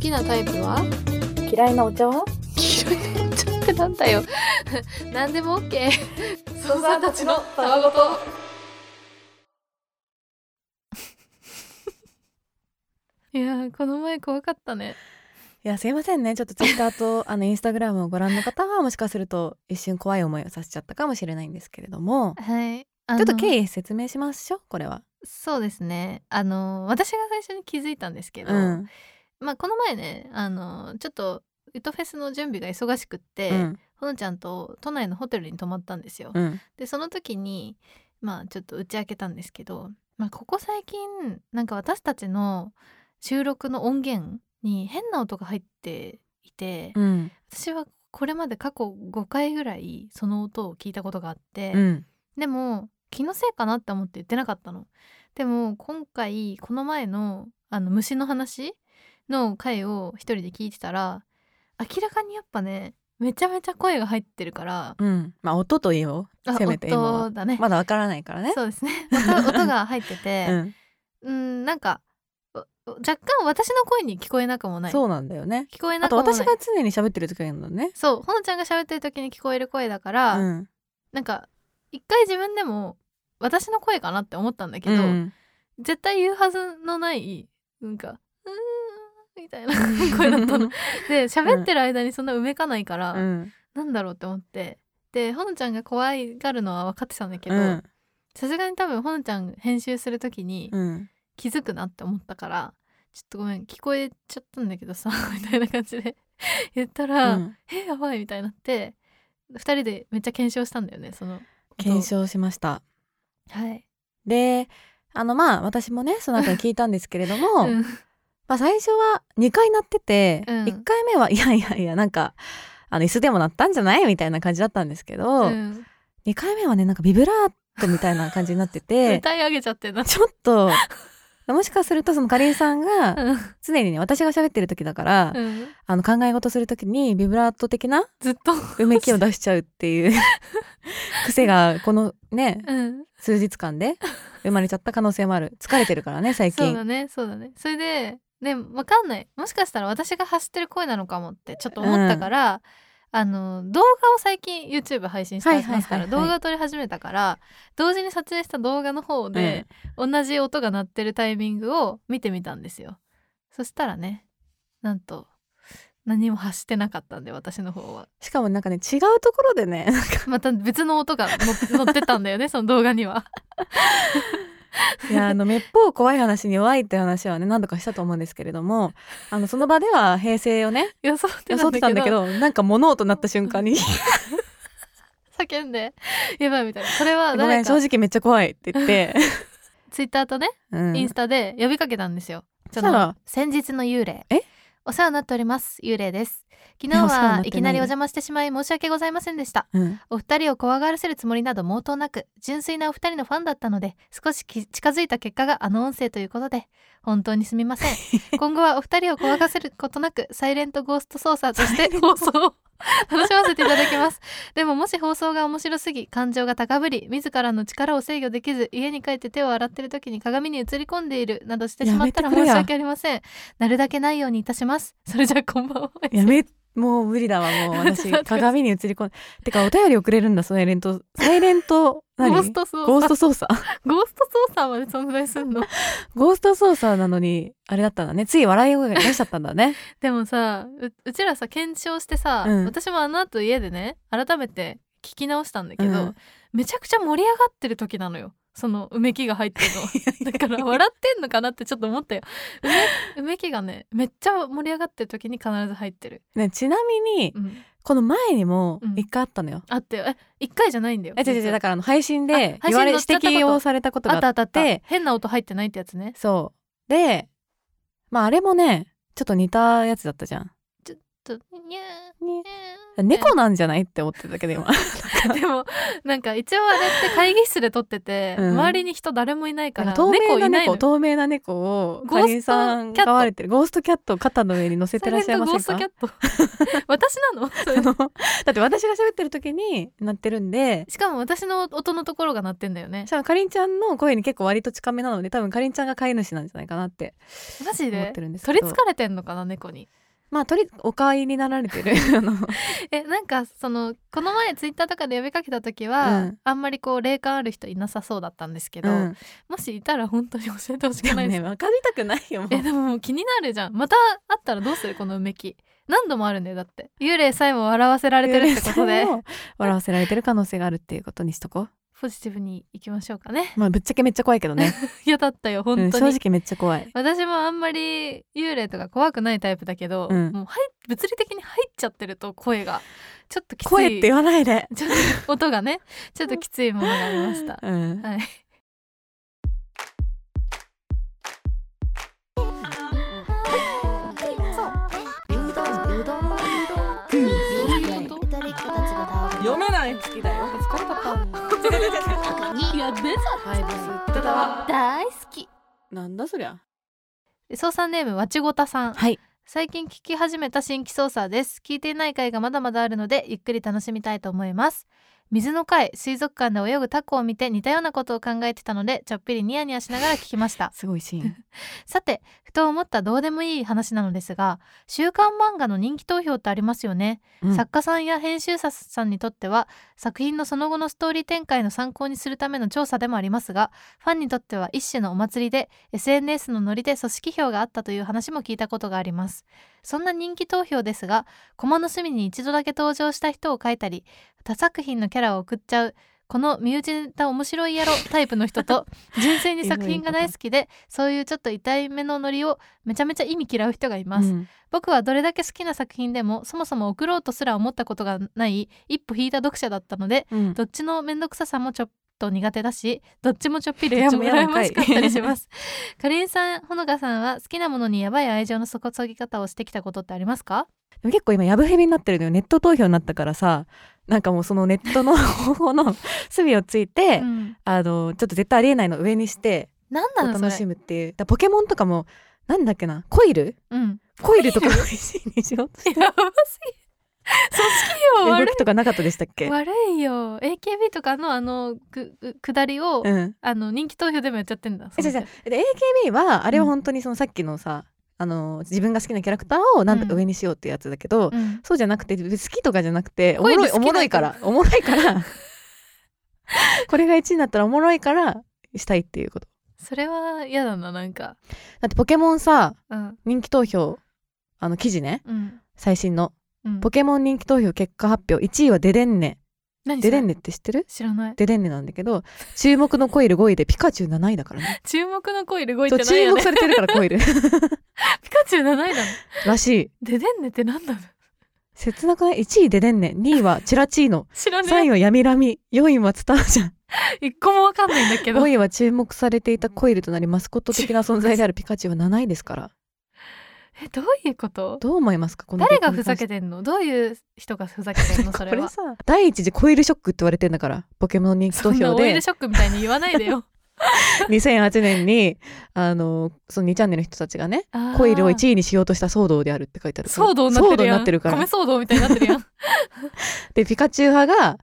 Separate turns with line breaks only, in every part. きなタイプは
嫌いなお茶は
黄色いなちょっとなんだよ何でも OK ソーサーたちのたわごといやーこの前怖かったね
いやすいませんねちょっとツイッタ ーとあのインスタグラムをご覧の方はもしかすると一瞬怖い思いをさせちゃったかもしれないんですけれども
はい
ちょっと経
緯
緯説明しましょうこれは。
そうですねあの私が最初に気づいたんですけど、
うん
まあこの前ねあのちょっとウッドフェスの準備が忙しくって、
うん
ほのちゃんと都内のホテルに泊まったんですよ。
うん
でその時にまあちょっと打ち明けたんですけど、まあ、ここ最近なんか私たちの収録の音源に変な音が入っていて、
うん
私はこれまで過去5回ぐらいその音を聞いたことがあって、
うん
でも気のせいかなって思って言ってなかったの。でも今回この前のあの虫の話の回を一人で聞いてたら明らかにやっぱねめちゃめちゃ声が入ってるから
うんまあ音といいよ
あ
せめて今
音
は
だね、
まだわからないからね。
そうですね音 音が入ってて、
うん
うん、なんかおお若干私の声に聞こえなくもない
そうなんだよね。
聞こえな
あ
く
と
もない
私が常に喋ってる時なんだね。
そうほのちゃんが喋ってる時に聞こえる声だから、
うん
なんか一回自分でも私の声かなって思ったんだけ
う
ど、
ん
絶対言うはずのないなんか「うーん」みたいな 声だったの。で喋ってる間にそんなうめかないから、
うん
なんだろうって思ってでほのちゃんが怖いがるのは分かってたんだけ
う
ど
ん
さすがに多分ほのちゃん編集する時に、
うん
気づくなって思ったからちょっとごめん聞こえちゃったんだけどさ みたいな感じで言ったら「
うん
えやばい」みたいになって2人でめっちゃ検証したんだよねその
検証しました。
はい、
であのまあ私もねその後に聞いたんですけれど も、
うん
まあ、最初は2回鳴ってて、
うん
1回目はい やいやいやなんかあの椅子でも鳴ったんじゃないみたいな感じだったんですけど、
うん
2回目はねなんかビブラートみたいな感じになって て
歌い上げちゃってんな
ちょっともしかするとそのかりんさんが
うん
常にね私が喋ってる時だから、
うん
あの考え事する時にビブラート的な
ずっと、
うめきを出しちゃうって いう癖がこのね
うん、
数日間で生まれちゃった可能性もある疲れてるからね最
そう
近
だねそうだねそれでねわかんないもしかしたら私が発してる声なのかもってちょっと思ったから、あの動画を最近 YouTube 配信して
はいはいはいは
ま
い
すから、動画を撮り始めたから同時に撮影した動画の方で、同じ音が鳴ってるタイミングを見てみたんですよそしたらねなんと何も発してなかったんで私の方 は
しかもなんかね違うところでね
また別の音がの乗ってたんだよねその動画に は
いやあのめっぽう怖い話に弱いって話はね何度かしたと思うんですけれどもあのその場では平成を ね
予想って
予想ってたんだけどなんか物音鳴った瞬間に
叫んでやばいみたいなこれ
「
は
ごめ
誰
ん正
か
直めっちゃ怖い」って言 って、
ツイッターとね
うん、
インスタで呼びかけたんですよ。
そし
そ
た
の
ら
先日の幽霊。
え
お世話になっております。幽霊です。昨
い
日
やお世話にな
は
ってない
いきなりお邪魔してしまい申し訳ございませんでした。
うん
お二人を怖がらせるつもりなど毛頭なく、純粋なお二人のファンだったので、少しき近づいた結果があの音声ということで、本当にすみませ ん。今後はお二人を怖がらせることなく、サイレントゴースト操作 として放送を楽しませていただきます。でももし放送が面白すぎ、感情が高ぶり、自らの力を制御できず、家に帰って手を洗ってる時に鏡に映り込んでいるなどしてしまったら
やめてく
申
れ
し
や
訳ありません。なるだけないようにいたします。それじゃあこんばんは。
やめもう無理だわもう
ちょっと待
私
って
鏡に映り込んでてかお便り遅れるんだサイレントサイレン ト
ゴ
何
ースト操
ゴー
作。
スト操作
ゴースト操作まで存在するの
ゴース ト操作なのにあれだったんだねつい笑い声が出しちゃったんだね
でもさううちらさ検証してさ、
うん
私もあの後家でね改めて聞き直したんだけど、
うん
めちゃくちゃ盛り上がってる時なのよそのうめきが入ってる のだから笑ってんのかなってちょっと思ったようめうめきがねめっちゃ盛り上がってる時に必ず入ってる、
ねちなみに
うん、
この前にも
うん
一回あったのよ、
あってえ一回じゃないんだよ
え違う違うだからあの配信で
あ配信
言われ
乗っ
指
ちゃったこと
摘をされたこと
あ
があ
っ
って
たあったあった変な音入ってないってやつね
そう。で、まああれもね、ちょっと似たやつだったじゃん。
ちょっとにゃーにゃー
猫なんじゃないって思ってたけど今。か
でもなんか一応あれって会議室で撮ってて、
うん
周りに人誰もいないから
透明
猫
ない
ない
猫
の
透明な猫を
ゴースト
かりんさん
キャット
飼われてるゴーストキャットを肩の上に乗せ
サ
て
イレ
らっ
ン
しゃい
ト
ま
ゴ
せ
ー
ん
スト
か
キャット 私なの それ
あのだって私が喋ってる時に鳴ってるんで
しかも私の音のところが鳴ってんだよね
しかもかりんちゃんの声に結構割と近めなので多分かりんちゃんが飼い主なんじゃないかなって
マジ
思
で
ってるんですけ
取
ど
りつかれてんのかな猫に
まあ鳥お飼いになられてるあの
えなんかそのこの前ツイッターとかで呼びかけた時は、
うん
あんまりこう霊感ある人いなさそうだったんですけど、
うん
もしいたら本当に教えてほし
で
く
も
ないです
ね分かりたくないよもう
えでももう気になるじゃんまた会ったらどうするこのうめき何度もあるんだよだって幽霊さえも笑わせられてるってことで
幽霊さんを笑わせられてる可能性があるっていうことにしとこう
ポジティブにいきましょうかね
まあぶっちゃけめっちゃ怖いけどね、
嫌だったよ
う
本
ん
当
正
に、
直めっちゃ怖い
私もあんまり幽霊とか怖くないタイプだけど、
うん
もうはい物理的に入っちゃってると声がちょっときつい
声って言わないで
ちょっと音がねちょっときついものがありました
うん
はい
読めない好きだよ疲れたいや出ちゃった大好き
なんだそりゃ
操作ネームわちごたさん
はい
最近聞き始めた新規操作です聞いていない回がまだまだあるのでゆっくり楽しみたいと思います水の回水族館で泳ぐタコを見て似たようなことを考えてたのでちょっぴりニヤニヤしながら聞きました
すごいシーン
さてふと思ったどうでもいい話なのですが週刊漫画の人気投票ってありますよね、
うん
作家さんや編集者さんにとっては作品のその後のストーリー展開の参考にするための調査でもありますがファンにとっては一種のお祭りで SNS のノリで組織票があったという話も聞いたことがありますそんな人気投票ですがコマの隅に一度だけ登場した人を描いたり他作品のキャラを送っちゃうこの身内ネタ面白いやろタイプの人 と純粋に作品が大好きでそういうちょっと痛い目のノリをめちゃめちゃ意味嫌う人がいます、
うん
僕はどれだけ好きな作品でもそもそも送ろうとすら思ったことがない一歩引いた読者だったので
うん
どっちの面倒くささもちょっと苦手だしどっちもちょっぴり
どっちもや
羨
らか
ま
い
しかったりし ますかりんさんほのかさんは好きなものにやばい愛情の底そぎ方をしてきたことってありますか
でも結構今やぶへびになってるのよネット投票になったからさなんかもうそのネットの 方法の隅をついて、
うん
あのちょっと絶対ありえないのを上にして
なんな
こう
の
楽
そ
し
れ
むっていうだからポケモンとかもなんだっけなコイル
うん
コイルとかも1位にしようとして
やばすぎ組織よ
動
悪
きとかなかったでしたっけ
い悪いよ AKB とかのあのくく下りを、
うん
あの人気投票でもやっちゃってんだ
えじゃあじゃあで AKB はあれは本当にそのさっきのさ、あの自分が好きなキャラクターをなんとか上にしようっていうやつだけど、
うん
そうじゃなくて別に好きとかじゃなくてお
こう
も
いうの
ろいおもろいからおもろいから これが1位になったらおもろいからしたいっていうこと
それは嫌だななんか
だってポケモンさ
うん
人気投票あの記事ね
うん
最新の
うん
ポケモン人気投票結果発表1位はデデンネ
何そ
デ
れ
デンネって知ってる
知らない
デデンネなんだけど注目のコイル5位でピカチュウ7位だからね
注目の声で動い
そ
て
う
ない
注
よ
目
ね
されてるからコ イル
ピカチュウ7位なの
らしい
デデンネって何なの
切なくない1位デデンネ2位はチラチーノ
知ら
3
ね
位はヤミラミ4位はツタージャン
え一個もわかんないんだけど
5位は注目されていたコイルとなりマスコット的な 存在であるピカチュウは7位ですから
えどういうこと
どう思いますかこの
誰がふざけ
て
てんのどういう人がふざけ てんのそ
こ
れ
れ
は
さ第一次コイルショックって言われてんだからポケモン人気
そ
投
んな
票
オイル
で
ショックみたいに言わないで よ
2008年にあのその2チャンネルの人たちがね
あー
コイルを1位にしようとした騒動であるって書いてあるから
騒動になって
騒動
る
に
や
なんってるから
米騒動みたいになってるやん
でピカチュウ派が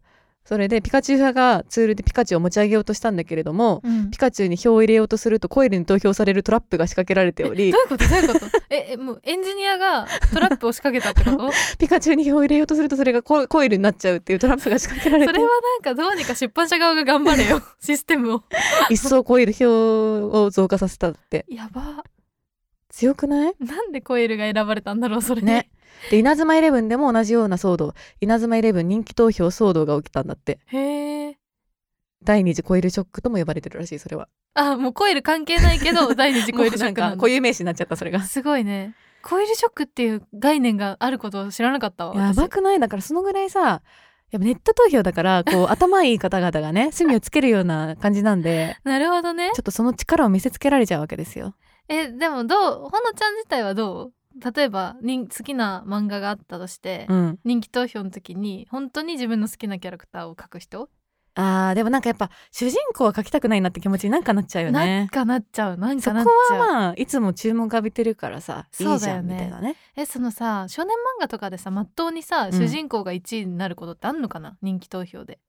それでピカチュウ派がツールでピカチュウを持ち上げようとしたんだけれども
うん
ピカチュウに票を入れようとするとコイルに投票されるトラップが仕掛けられてお
え
り
どういうことどういうことええもうエンジニアがトラップを仕掛けたってこと
ピカチュウに票を入れようとするとそれがココイルになっちゃうっていうトラップが仕掛けられ
そ
て
れはなんかどうにか出版社側が頑張れよシステムを
一層コイル票を増加させたって
やば
強くない
なんでコイルが選ばれたんだろうそれ
ねで稲妻イレブンでも同じような騒動稲妻イレブン人気投票騒動が起きたんだって
へえ
第二次コイルショックとも呼ばれてるらしいそれは
あもうコイル関係ないけ ど第二次コイルショック
もう
なんん
か
だ
固有名詞になっちゃったそれが
すごいねコイルショックっていう概念があることを知らなかったわ
やば
私
くないだからそのぐらいさやっぱネット投票だから こう頭いい方々がね隅をつけるような感じなんで
なるほどね
ちょっとその力を見せつけられちゃうわけですよ
えでもどうほのちゃん自体はどう例えば人好きな漫画があったとして、
うん、
人気投票の時に本当に自分の好きなキャラクターを描く人、
あーでもなんかやっぱ主人公は描きたくないなって気持ちになんかなっちゃうよ
なん
ね
かなっちゃうなん
そ
かな
こは
っちゃう、
まあいつも注文が浴びてるからさいいじゃん
そうだよね
みたいなね
えそのさ少年漫画とかでさまっとうにさ、
ん
主人公が1位になることってあんのかな人気投票で。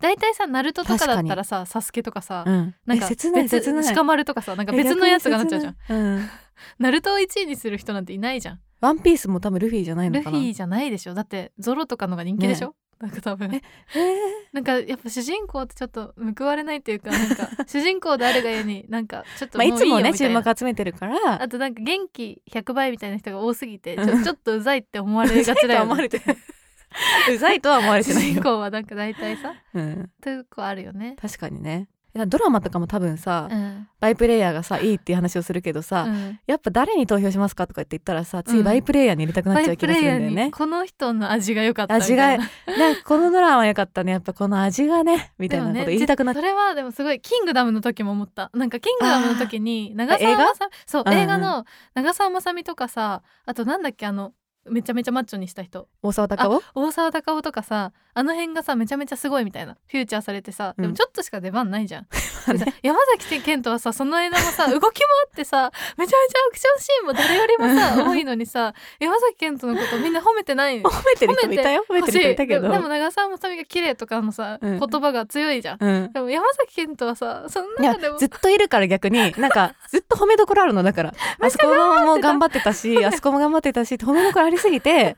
大体さナルトとかだったらさ「サスケとかさ、
うん
なん
え
か
切ない
別
切ない
しかまるとかさなんか別のやつがなっちゃうじゃん
ん、うん、
ナルトを1位にする人なんていないじゃん
ワンピースも多分ルフィじゃないの
ル
か
フ
な
ィじゃないでしょだってゾロとかのが人気でしょ、なんか多分
えへ
なんかやっぱ主人公ってちょっと報われないって いうかなんか主人公であるがゆえになんかちょっ
ー
と
まあ、
もういい
い
よ
つもね
みた
注
いな
目集めてるから
あとなんか元気100倍みたいな人が多すぎてち
う
ょ
ん
ちょっとうざいって思われ がちだよ、ね、
うざいとは思われて
主
な
人
いよ、
公はなんか大体さ
うん、
というこあるよね。
確かにねいやドラマとかも多分さ、
うん
バイプレイヤーがさいいっていう話をするけどさ、
うん
やっぱ誰に投票しますかとかって言ったらさつ
う
い
ん
バイプレイヤーに入れたくな
バ
っちゃ
イ
う気
プ
がす
レイヤ
るんだ
ー
よ
に、
ね。
この人の味が良かったみたいな
味 なんかこのドラマは良かったねやっぱこの味がねみたいなこと言いたくなっ
で
ち
もねそれはでもすごいキングダムの時も思ったなんかキングダムの時に長
映
澤
画
まさみそう
うんうん
映画の長澤まさみとかさあとなんだっけあのめちゃめちゃマッチョにした人
大沢たかお
大沢たかおとかさあの辺がさめちゃめちゃすごいみたいなフューチャーされてさで
う
も
ん
ちょっとしか出番ないじゃん、
あ
で
ね
さ山崎賢人はさその間もさ動きもあってさめちゃめちゃアクションシーンも誰よりもさ多いのにさ山崎賢人のことみんな褒めてない
褒めてる人もいた よ褒めてる人いたけ
欲しいで
ど
でも長澤まさみが綺麗とかのさ、
うん
言葉が強いじゃん
うん
でも山崎賢人はさその
いや
中でも
ずっといるから逆になんかずっと褒めどころあるの だからあそこも頑張ってたしあそこも頑張ってたしって褒めどころありすぎて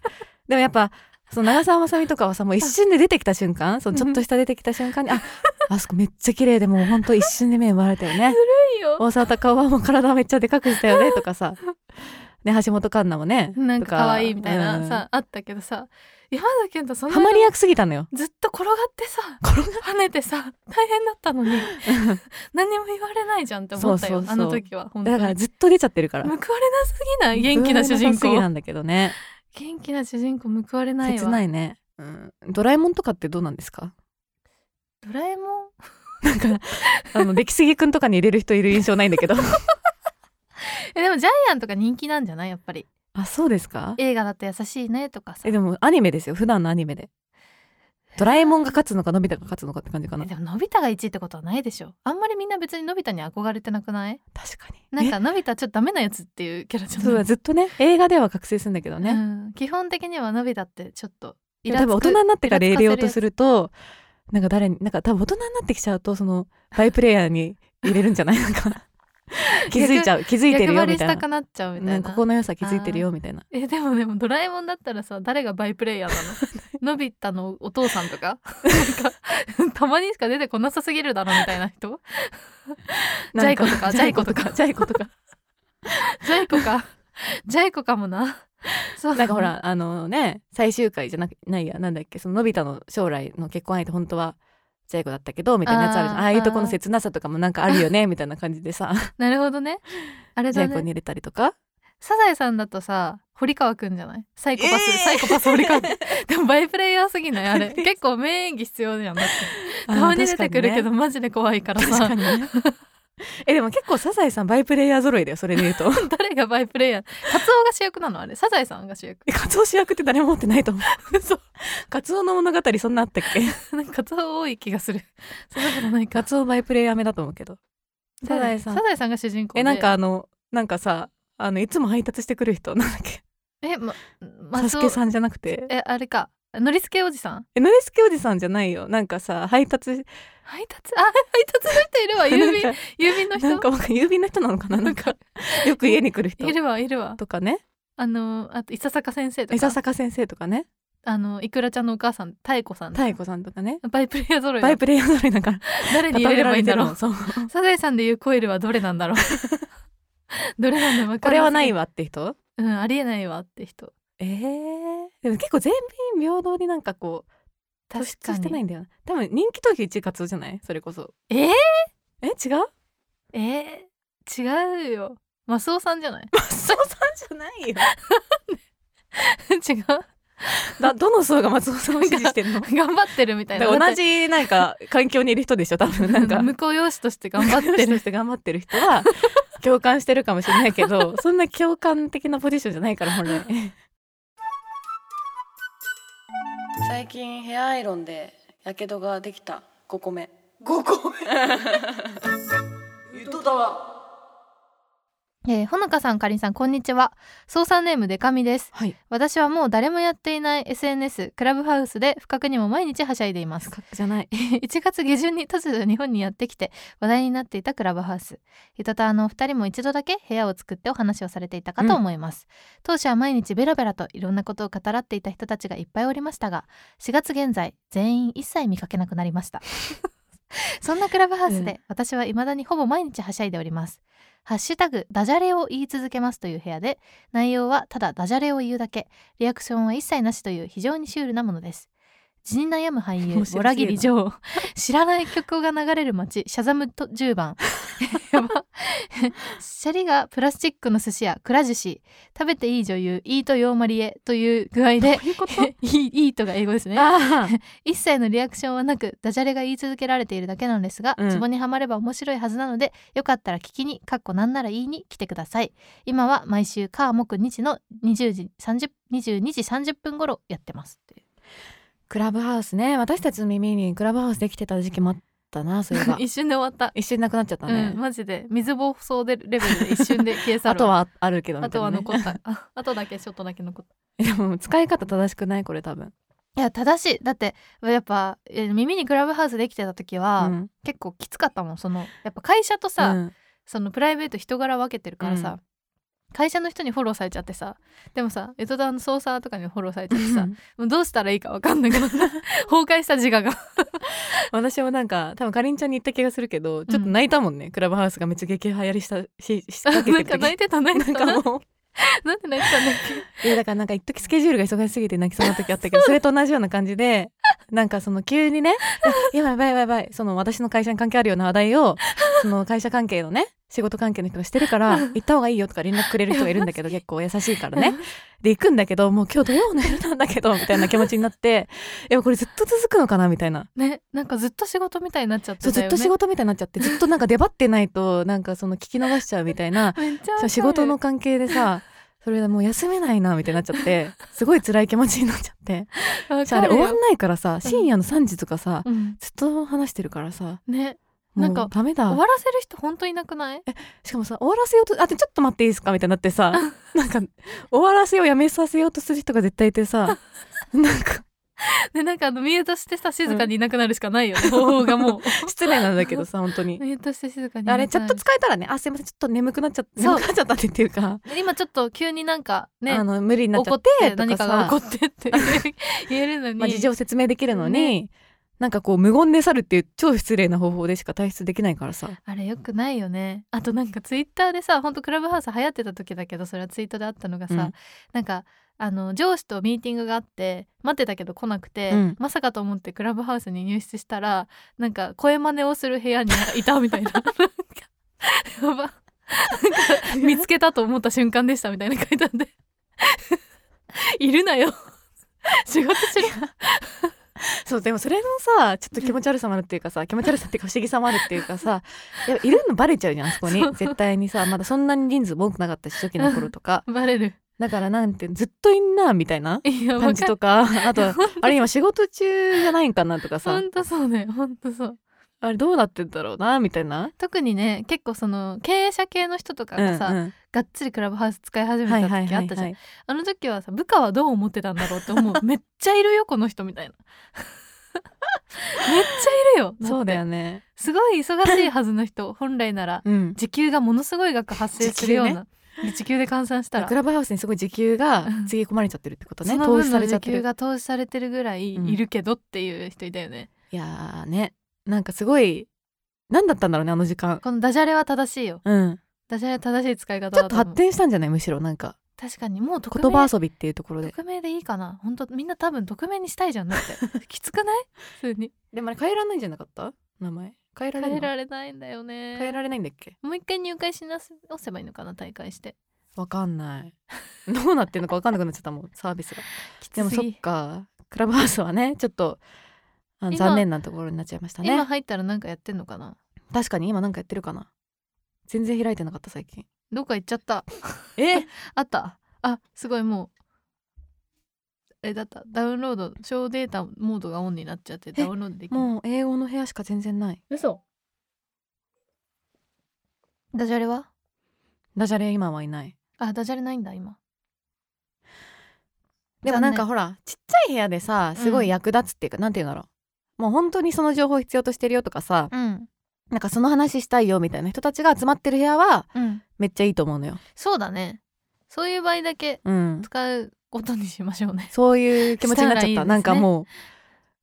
でもやっぱその長澤まさみとかはさもう一瞬で出てきた瞬間そのちょっとした出てきた瞬間にああそこめっちゃ綺麗でもうほんと一瞬で目奪われた よね
いいよ
大沢たかおはもう体めっちゃでかくしたよねとかさ、ね、橋本環奈もね
なんか可愛いみたい
と
な
か
さ、あったけどさ山崎賢人そ
うんん
な
ハマり役すぎたのよ
ずっと転がってさ
転
跳ねてさ大変だったのに何も言われないじゃんって思ったよ
そうそうそう
あの時は本当
だ
に
からずっと出ちゃってるか
報
ら
われなすぎない元気な主人
すぎな
公
んだけどね
元気な主人公報われない
切
わ
ないね、うん、ドラえもんとかってどうなんですか
ドラえもん
なんかあの出来すぎくんとかに入れる人いる印象ないんだけど
えでもジャイアンとか人気なんじゃないやっぱり
あそうですか
映画だと優しいねとかさ
えでもアニメですよ普段のアニメでドラえもんが勝つのかのび太が勝つのかって感じかな
えでものび太が1位ってことはないでしょあんまりみんな別にのび太に憧れてなくない
確かに
なん
え
かのび太ちょっとダメなやつっていうキャラじゃない
そうだずっとね映画では覚醒するんだけどね、
うん基本的にはのび太ってちょっとイラ
多
つ
分大
く
人になってから
イ
入
ラつか
れ
せる
ようとするとなんか誰になんか多分大人になってきちゃうとそのバイプレイヤーに入れるんじ ゃないなんか気づいちゃう気づいて
逆
る
張
よ
りし
み
た
い
た
な
くなっちゃうみた
ないん
な
かここの良さ気づいてるよみたいな
えでもでもドラえもんだったらさ誰がバイプレイヤーな ののび太のお父さんとかなんか たまにしか出てこなさすぎるだろみたいな人ジャイコとか
なん ジャイコとか
ジャイコ かジャイコかもなそう
なんかほらあのね最終回じゃなくないやなんだっけそののび太の将来の結婚相手本当はジャイコだったけどみたいなやつあるじゃん
あー
ああいうとこの切なさとかもなんかあるよねみたいな感じ でさ
なるほどねあれ
ジ
だ
ャイコに
ね
入れたりとか
サザエさんだとさ堀川くんじゃないサイコパス、
えー
サイコパス堀 川くんでもバイプレイヤーすぎないあれ結構名演技必要じゃんだって顔に出てくるけど、マジで怖いか
あ
ら
ー確か
さ
にね確かにね えでも結構サザエさんバイプレイヤー揃いだよそれで言う と
誰がバイプレイヤーカツオが主役なのあれサザエさんが主役
えカツオ主役って誰も持ってないと思う。 そう。カツオの物語そんなあったっけ
なんかカツオ多い気がする。そんなことない
カ
か。
ツオバイプレイヤー目だと思うけど。サザエさん
サザエさんが主人公で。
え、なんかあの、なんかさ、あの、いつも配達してくる人、なんだっけ。
えま
サ
マス
ス
オ
ケさんじゃなくて。
えあれか。ノリスケおじさん。
え、ノリスケおじさんじゃないよ。なんかさ、配達、
配達あ配達の人いるわ。郵便 郵
なんか
便の人
なんか僕郵便の人なのかななんか、よく家に来る人
い。るわいるわ。
とかね。
あのあと伊佐坂先生と
伊
か。
佐坂先生とかね。
あのいくらちゃんのお母さん太子さん。
妙子さんとかね。
バイプレイヤー揃いだ
バイプレイヤー揃いだから。
誰に入れればいいんだろ
畳
う。
められてるのそう。
サザエさんでいうコイルはどれなん だろう。どれなんだわか
こ
ら
れはない
わ。
わって人
うんありえないわって人。
えー、でも結構全員平等になんかこう、突
確
出
か
してない
に。
んだよな多分人気投票1位カツオじゃないそれこそ
えー
え違う
えー、違うよ。マスオさんじゃない
マスオさんじゃないよ
違う
だどの層が松本さんを支持してんの
頑張ってるみたい
だ
な
から同じなんか環境にいる人でしょ多分なん か
向こう用紙として頑張って
る
る
人頑張ってる人は 共感してるかもしれないけどそんな共感的なポジションじゃないから本来
最近ヘアアイロンでやけどができた5個目5個目ゆとたわ
えーほのかさんかりんさんこんにちは操作ネームでかみです
はい
私はもう誰もやっていない SNS クラブハウスで不覚にも毎日はしゃいでいます
じゃない
1月下旬に突如日本にやってきて話題になっていたクラブハウスゆとたわのお二人も一度だけ部屋を作ってお話をされていたかと思います、当初は毎日ベラベラといろんなことを語らっていた人たちがいっぱいおりましたが4月現在全員一切見かけなくなりました そんなクラブハウス
うん
で私は未だにほぼ毎日はしゃいでおりますハッシュタグダジャレを言い続けますという部屋で内容はただダジャレを言うだけリアクションは一切なしという非常にシュールなものです地に悩む俳優
面白すぎる
ボラギリ女王知らない曲が流れる街シャザムと10番 やばシャリがプラスチックの寿司屋くら寿司食べていい女優イートヨーマリエという具合で
ういうこと
イイートが英語ですね
あー
一切のリアクションはなくダジャレが言い続けられているだけなんですが、
うん
ツボにはまれば面白いはずなのでよかったら聞きにかっこなんならいいに来てください今は毎週火木日の20時30 22時30分頃やってますっていう
クラブハウスね私たちの耳にクラブハウスできてた時期もあったな そういえば
一瞬で終わった
一瞬なくなっちゃったね
うん、、マジで水暴走でレベルで一瞬で消え去る
あとはあるけ ど
あ
みた
と
いな
は
ね
残 ったああとだけちょっとだけ残っ
でも使い方正しくないこれ多分
たいや正しいだってやっぱえ耳にクラブハウスできてた時は、
うん
結構きつかったもんそのやっぱ会社とさ、
うん
そのプライベート人柄分けてるからさ、
う
会社の人にフォローされちゃってさでもさ江戸田の捜査とかにフォローされちゃって
う
さ
ん
もうどうしたらいいか分かんなく なった崩壊した自我が
私もなんか多分かりんちゃんに言った気がするけどちょっと泣いたもんね、クラブハウスがめっちゃ激流行りしたししか
な
けて
ん
る
か
時
泣いてた泣いてた
な
なん
かもう
なんで泣いてたんだっ
いやだからなんか一時スケジュールが忙しすぎて泣きそうな時あったけどそれと同じような感じでなんかその急にね「いややばいやばいやばい」その私の会社に関係あるような話題をその会社関係のね仕事関係の人がしてるから行った方がいいよとか連絡くれる人がいるんだけど結構優しいからねで行くんだけどもう今日土曜の夜なんだけどみたいな気持ちになっていやこれずっと続くのかなみたいな
けねなんかずっと仕事みたいになっちゃってた
そ
よ
うず
ね
っと仕事みたいになっちゃってずっとなんか出張ってないとなんかその聞き逃しちゃうみたいな
めっちゃわか
そう
る
仕事の関係でさそれでもう休めないなみたいになっちゃ ってすごい辛い気持ちになっちゃって
わ
しあ
か
れ
る
終わ
よ
んないからさ深夜の3時とかさ、
うん
ずっと話してるからさ
ねな
も
ん
う
か
ダメだ
終わらせる人本当いなくない
しかもさ終わらせようとあとちょっと待っていいですかみたいになってさなんか終わらせようやめさせようとする人が絶対いて さなんか
でなんかあのミュートしてさ静かにいなくなるしかないよね、方法が も
失礼なんだけど さ本当
う
に。
ミュートして静かにいなくな
あれ
る
チャット使えたらねあすいませんちょっと眠くなっちゃった
そう
眠くなっちゃったってっていうか、
今ちょっと急になんかね
あの無理になっちゃ
怒
っ
ってて
とか
何
さ
かが怒ってって 言えるのに、
まあ、事情を説明できるのに、
ね
なんかこう無言で去るっていう超失礼な方法でしか退出できないからさ
あれよく ないよねあとなんかツイッターでさほんとクラブハウス流行ってた時だけどそれはツイートであったのがさ、
うん
なんかあの上司とミーティングがあって待ってたけど来なくて、
うん
まさかと思ってクラブハウスに入室したらなんか声真似をする部屋になんかいたみたい ななんかやばなんか見つけたと思った瞬間でしたみたいな書いてあ っているなよ仕事しろ
そうでもそれのさちょっと気持ち悪さもあるっていうかさ気持ち悪さっていうか不思議さもあるっていうかさやっぱいるのバレちゃうじゃんあそこに
そう
絶対にさまだそんなに人数も多くなかったし初期の頃とか
バレる
だからなんてずっといんなみたいない
や
感
わ
じ
かる
とか あとあれ今仕事中じゃないんかなとか
ほ
さ
んとそうねほんとそう
あれどうなってんだろうなみたいな。
特にね結構その経営者系の人とか
うんう
が
ん
さ、
はい
がっつりクラブハウス使い始め
は
た
い
時あっ
は
た
い
じゃん、
はい
あの時はさ部下はどう思ってたんだろうって思 うめっちゃいるよこの人みたいなめっちゃいるよって
そうだよね。
すごい忙しいはずの人本来なら
うん
時給がものすごい額発生するような時給,、で換算したら
クラブハウスにすごい時給がつぎ込まれちゃってるってことね
その
投資
分
さ
の
れちゃっ
時
てる
給が投資されてるぐらいいるけどっていう人いたよね、
いやーねなんかすごい何だったんだろうねあの時間
このダジャレは正しいよ
うん
ダジャレは正しい使い方
ちょ
だ
っと
と思
発
う
展したんじゃないむしろなんか
確かにもう匿名
言葉遊びっていうところで
匿名でいいかな本当みんな多分匿名にしたいじゃんだって きつくない普通に
でもあれ変えられないんじゃなかった名前変えられる
変え
の
られないんだよね
変えられないんだっけ
もう一回入会しなす押せばいいのかな大会して
わかんないどうなってんのかわかんなくなっちゃったもんサービスが
き
で
つ
も
す
そっ
ぎ
かクラブハウスはねちょっとあの
今
残念なところになっちゃいました
今
ね
入ったらなんかやってんのかな
確かに今なんかやってるかな全然開いてなかった 最近
どっか行っちゃった
え
あったあすごいもうあれだったダウンロード小データモードがオンになっちゃってダウンロードできない
もう英語の部屋しか全然ない
嘘ダジャレは
ダジャレ今はいない
あダジャレないんだ今
でもなん
残
か
念
ほらちっちゃい部屋でさすご
う
い
ん
役立つっていうか、なんて言うんだろうもう本当にその情報必要としてるよとかさ
うん
なんかその話したいよみたいな人たちが集まってる部屋は
うん
めっちゃいいと思うのよ
そうだねそういう場合だけ
うん
使うことにしましょうね
そういう気持ちになっちゃ
した
った
らいいですね
なんかもう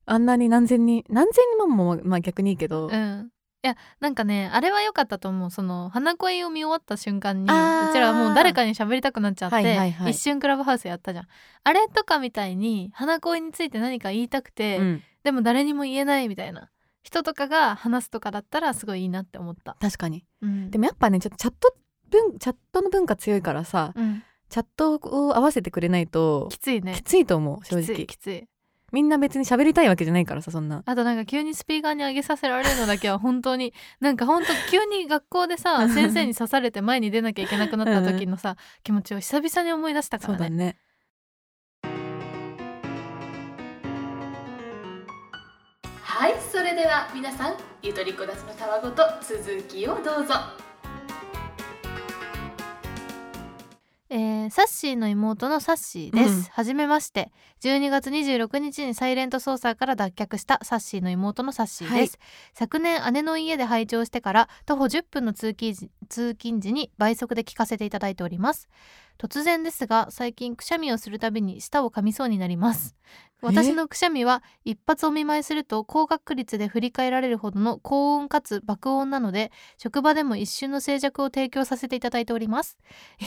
あんなに何千人何千人ももまあ逆にいいけど、
うんいやなんかねあれは良かったと思うその花恋を見終わった瞬間にう
あー
ちらはもう誰かに喋りたくなっちゃって、
はいはいはい
一瞬クラブハウスやったじゃんあれとかみたいに花恋について何か言いたくて、
うん
でも誰にも言えないみたいな人とかが話すとかだったらすごいいいなって思った、
確かに
うん、
でもやっぱねちょっとチャット文チャットの文化強いからさ、
うん、
チャットを合わせてくれないと
きついね
きついと思う正
きつ
直
いきつい
みんな別に喋りたいわけじゃないからさそんな
あとなんか急にスピーカーに上げさせられるのだけは本当になんか本当急に学校で さ先生に刺されて前に出なきゃいけなくなった時のさ気持ちを久々に思い出したか
そう
ら
だ
ね。
ね
はいそれでは皆さんゆとりっ子たちのたわごと続きをどうぞ
えーサッシーの妹のサッシーです、
うん
はじめまして12月26日にサイレント捜査から脱却したサッシーの妹のサッシーです、昨年姉の家で拝聴してから徒歩10分の通勤時通勤時に倍速で聞かせていただいております突然ですが最近くしゃみをするたびに舌を噛みそうになります
え
私のくしゃみは一発お見舞いすると高確率で振り返られるほどの高音かつ爆音なので職場でも一瞬の静寂を提供させていただいております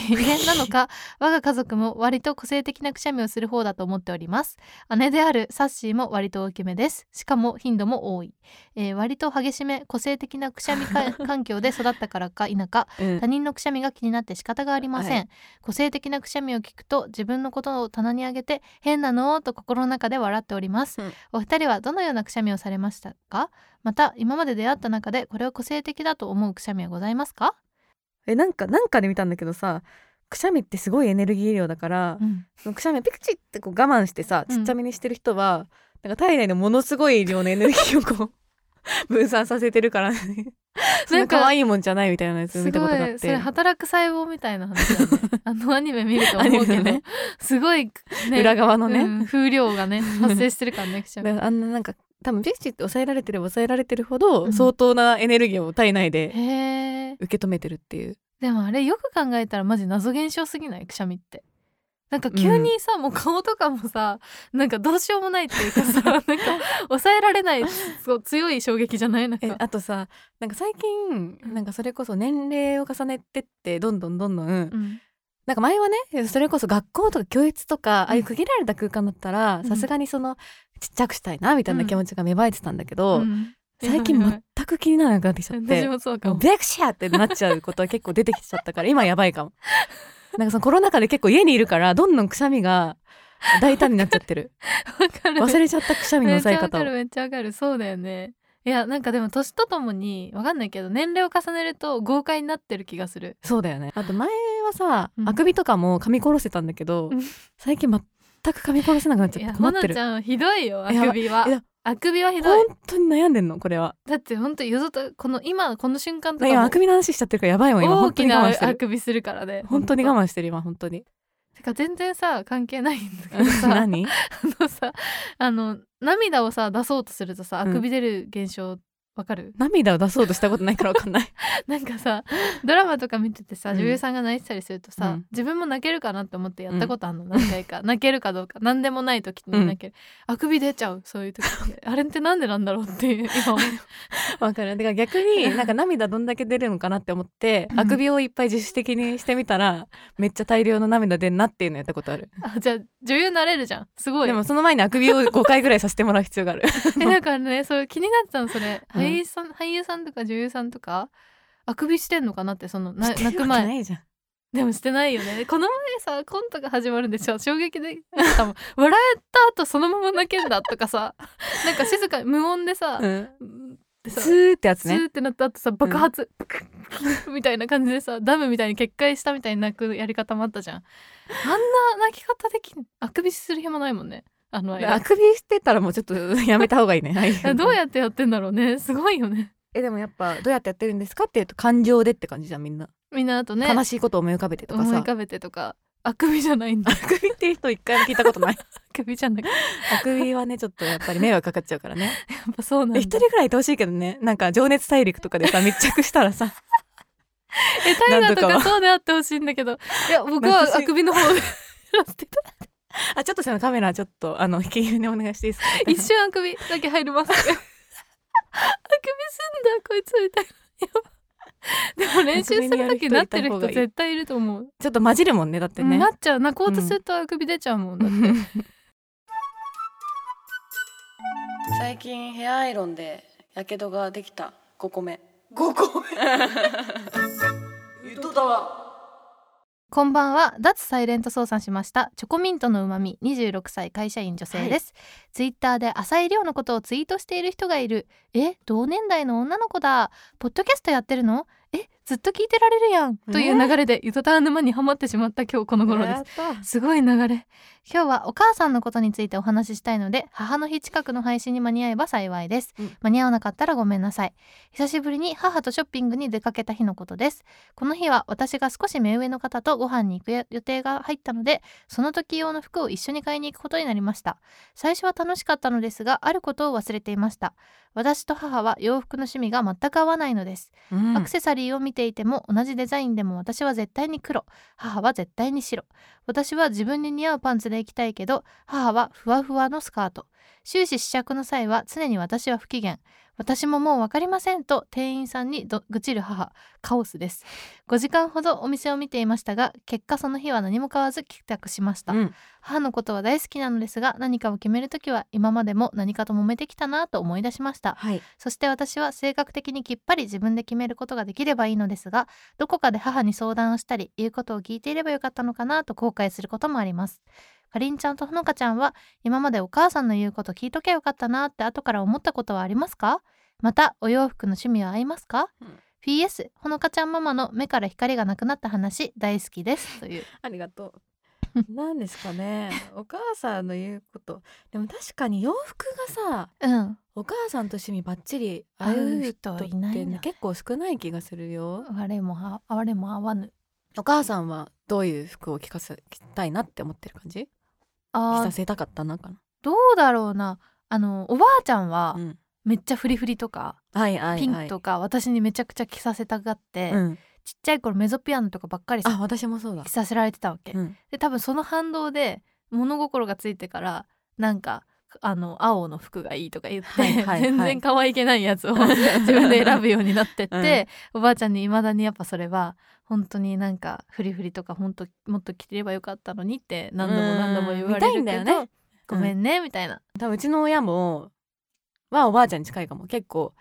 遺伝なのか我が家族も割と個性的なくしゃみをする方だと思っております姉であるサッシーも割と大きめですしかも頻度も多い、えー割と激しめ個性的なくしゃみか環境で育ったからか否か
うん
他人のくしゃみが気になって仕方がありません、
は
個性的なくしゃみを聞くと自分のことを棚に上げて変なのと心の中で笑っております、
うん
お二人はどのようなくしゃみをされましたかまた今まで出会った中でこれを個性的だと思うくしゃみはございますか、
えなんかなんかで見たんだけどさくしゃみってすごいエネルギー量だから、
うん
そのくしゃみをピクチってこう我慢してさ
うん
ちっちゃめにしてる人は、なんか体内のものすごい量のエネルギーをこ う分散させてるからねそんな可愛いもんじゃないみたいなやつ
す
見たこ
ご
とがあっ
いそ
て
れ働く細胞みたいな話 だねあのアニメ見ると思う
アニメ
けど、
のね
すごい、ね、
裏側のね、
うん風量がね発生してるからねくしゃみ
だからあんななんか多分ピクチって抑えられてれば抑えられてるほど、
うん
相当なエネルギーを体内で
へー
受け止めてるっていう
でもあれよく考えたらマジ謎現象すぎないくしゃみってなんか急にさ、もう顔とかもさなんかどうしようもないっていうか さなんか抑えられないそう強い衝撃じゃないなん
え
か
あとさなんか最近
うん
なんかそれこそ年齢を重ねてってどんどんどんどん、
うん
なんか前はねそれこそ学校とか教室とか、ああいう区切られた空間だったら
うん
さすがにそのちっちゃくしたいなみたいな気持ちが芽生えてたんだけ
う
ど、
ん
最近全く気にならなくなってきちゃっ
私
て
もそうか
もう
も
ベクシャーってなっちゃうことは結構出てきちゃったから今やばいかもなんかそのコロナ禍で結構家にいるからどんどんくしゃみが大胆になっちゃって る
わかる
忘れちゃったくしゃみの抑え方を
めっちゃわかるめっちゃわかるそうだよねいやなんかでも年とともにわかんないけど年齢を重ねると豪快になってる気がする
そうだよねあと前はさ、
うん
あくびとかも噛み殺せたんだけど、
うん
最近全く噛み殺せなくなっち
い
ゃっ
や
て困
ほ
っ
な
てる
ちゃんひどいよあ
やば
くびはい
や
あくびはひどい
本当に悩んでんのこれは
だってほんとよぞとこの今この瞬間とか
今
も
あくびの話しちゃってるからやばいわ今
大
本当
き
に
な
我慢して
あ
る
くびするからね
本当に我慢してる今本当に
てか全然さ関係ないんだけどさ あ
何
のさあの涙をさ出そうとするとさあ
うん
くび出る現象、わかる
涙を出そうとしたことないから分かんない
なんかさドラマとか見ててさ
うん
女優さんが泣いてたりするとさ、
うん
自分も泣けるかなって思ってやったことあるの、何回か泣けるかどうか何でもない時に泣ける、あくび出ちゃうそういう時ってあれってなんでなんだろうっていう今思う
分かるだから逆になんか涙どんだけ出るのかなって思って、
うん
あくびをいっぱい自主的にしてみたらめっちゃ大量の涙出んなっていうのやったことある
あじゃあ女優なれるじゃんすごい
でもその前にあくびを5回ぐらいさせてもらう必要があ る
えだからねそれ気になってたのそれ、
うん
俳優さん俳優さんとか女優さんとかあくびしてんのかなってそのな
して
泣
る
く
わけ
前
ないじゃん
でもしてないよねこの前さコントが始まるんでしょ衝撃で多 分笑えた後そのまま泣けんだとかさなんか静かに無音でさ、
うん、
でさ
スーってやつ
スー
ね
ってなった後さ爆発、みたいな感じでさダムみたいに決壊したみたいに泣くやり方もあったじゃんあんな泣き方できんあくびする暇ないもんねあの間
あくびしてたらもうちょっと やめた方がいいね、はい、
どうやってやってんだろうねすごいよね
えでもやっぱどうやってやってるんですかっていうと感情でって感じじゃんみんな、
みんなあとね
悲しいことを思い浮かべてとか
思い
さ
浮かべてとかあくびじゃないんだ
あくびっていう人一回も聞いたことない
あくびじゃなくてや
あくびはねちょっとやっぱり迷惑かかっちゃうからね
っぱそうなんだ
一人ぐらいいてほしいけどねなんか情熱大陸とかで さ密着したらさ
えタイガーと
なん
か
と
そうであってほしいんだけどい や僕はあくびの方でやってた
あちょっとそのカメラちょっとあの引き気味にお願いしていいです か
一瞬あくびだけ入り ますあくびすんだこいつみたいなやばでも練習する時なってる人絶対いると思う、
ちょっと混じるもんねだってね、
なっちゃう泣こうとするとあくび出ちゃうもんだって、
最近ヘアアイロンでやけどができた5個目5個目ゆとだわ
こんばんは脱サイレント操作しましたチョコミントのうまみ26歳会社員女性です、ツイッターで浅井亮のことをツイートしている人がいるえ同年代の女の子だポッドキャストやってるのえずっと聞いてられるやんという流れでゆとたわ沼にハマってしまった今日この頃ですすごい流れ今日はお母さんのことについてお話ししたいので母の日近くの配信に間に合えば幸いです、
うん
間に合わなかったらごめんなさい久しぶりに母とショッピングに出かけた日のことですこの日は私が少し目上の方とご飯に行く予定が入ったのでその時用の服を一緒に買いに行くことになりました最初は楽しかったのですがあることを忘れていました私と母は洋服の趣味が全く合わないのです
うん
アクセサリーを見ていても同じデザインでも私は絶対に黒母は絶対に白私は自分に似合うパンツで行きたいけど母はふわふわのスカート終始試着の際は常に私は不機嫌私ももう分かりませんと店員さんにど愚痴る母カオスです5時間ほどお店を見ていましたが結果その日は何も買わず帰宅しました、
うん
母のことは大好きなのですが何かを決めるときは今までも何かと揉めてきたなと思い出しました
はい
そして私は性格的にきっぱり自分で決めることができればいいのですがどこかで母に相談をしたり言うことを聞いていればよかったのかなと後悔することもありますかりんちゃんとほのかちゃんは今までお母さんの言うこと聞いときゃよかったなって後から思ったことはありますかまたお洋服の趣味は合いますか、
うん
PS ほのかちゃんママの目から光がなくなった話大好きですという
ありが と うなんですかねお母さんの言うことでも確かに洋服がさ
うん
お母さんと趣味バッチリ合
合
う
う
人
人
って
いないな
結構少ない気がするよ
あれもああれも合わぬ
お母さんはどういう服を着かせ着たいなって思ってる感じ着
あ
さ
ー
せたかったなかな
どうだろうなあのおばあちゃんは
うん
めっちゃフリフリとか、
はいはいはい
ピンとか私にめちゃくちゃ着させたがって、
うん
ちっちゃい頃メゾピアノとかばっかり
あ
さ
私もそうだ
着させられてたわけ、
うん
で多分その反動で物心がついてからなんかあの青の服がいいとか言って、
はいはいはい
全然可愛げないや つを自分で選ぶようになってって、おばあちゃんに未だにやっぱそれは本当になんかフリフリとか本当もっと着ればよかったのにって何度も何度も言われ
う
る
ん見た
け
いんだ
ど、
よね
ごめんねみたいな、
多分うちの親もはおばあちゃんに近いかも結構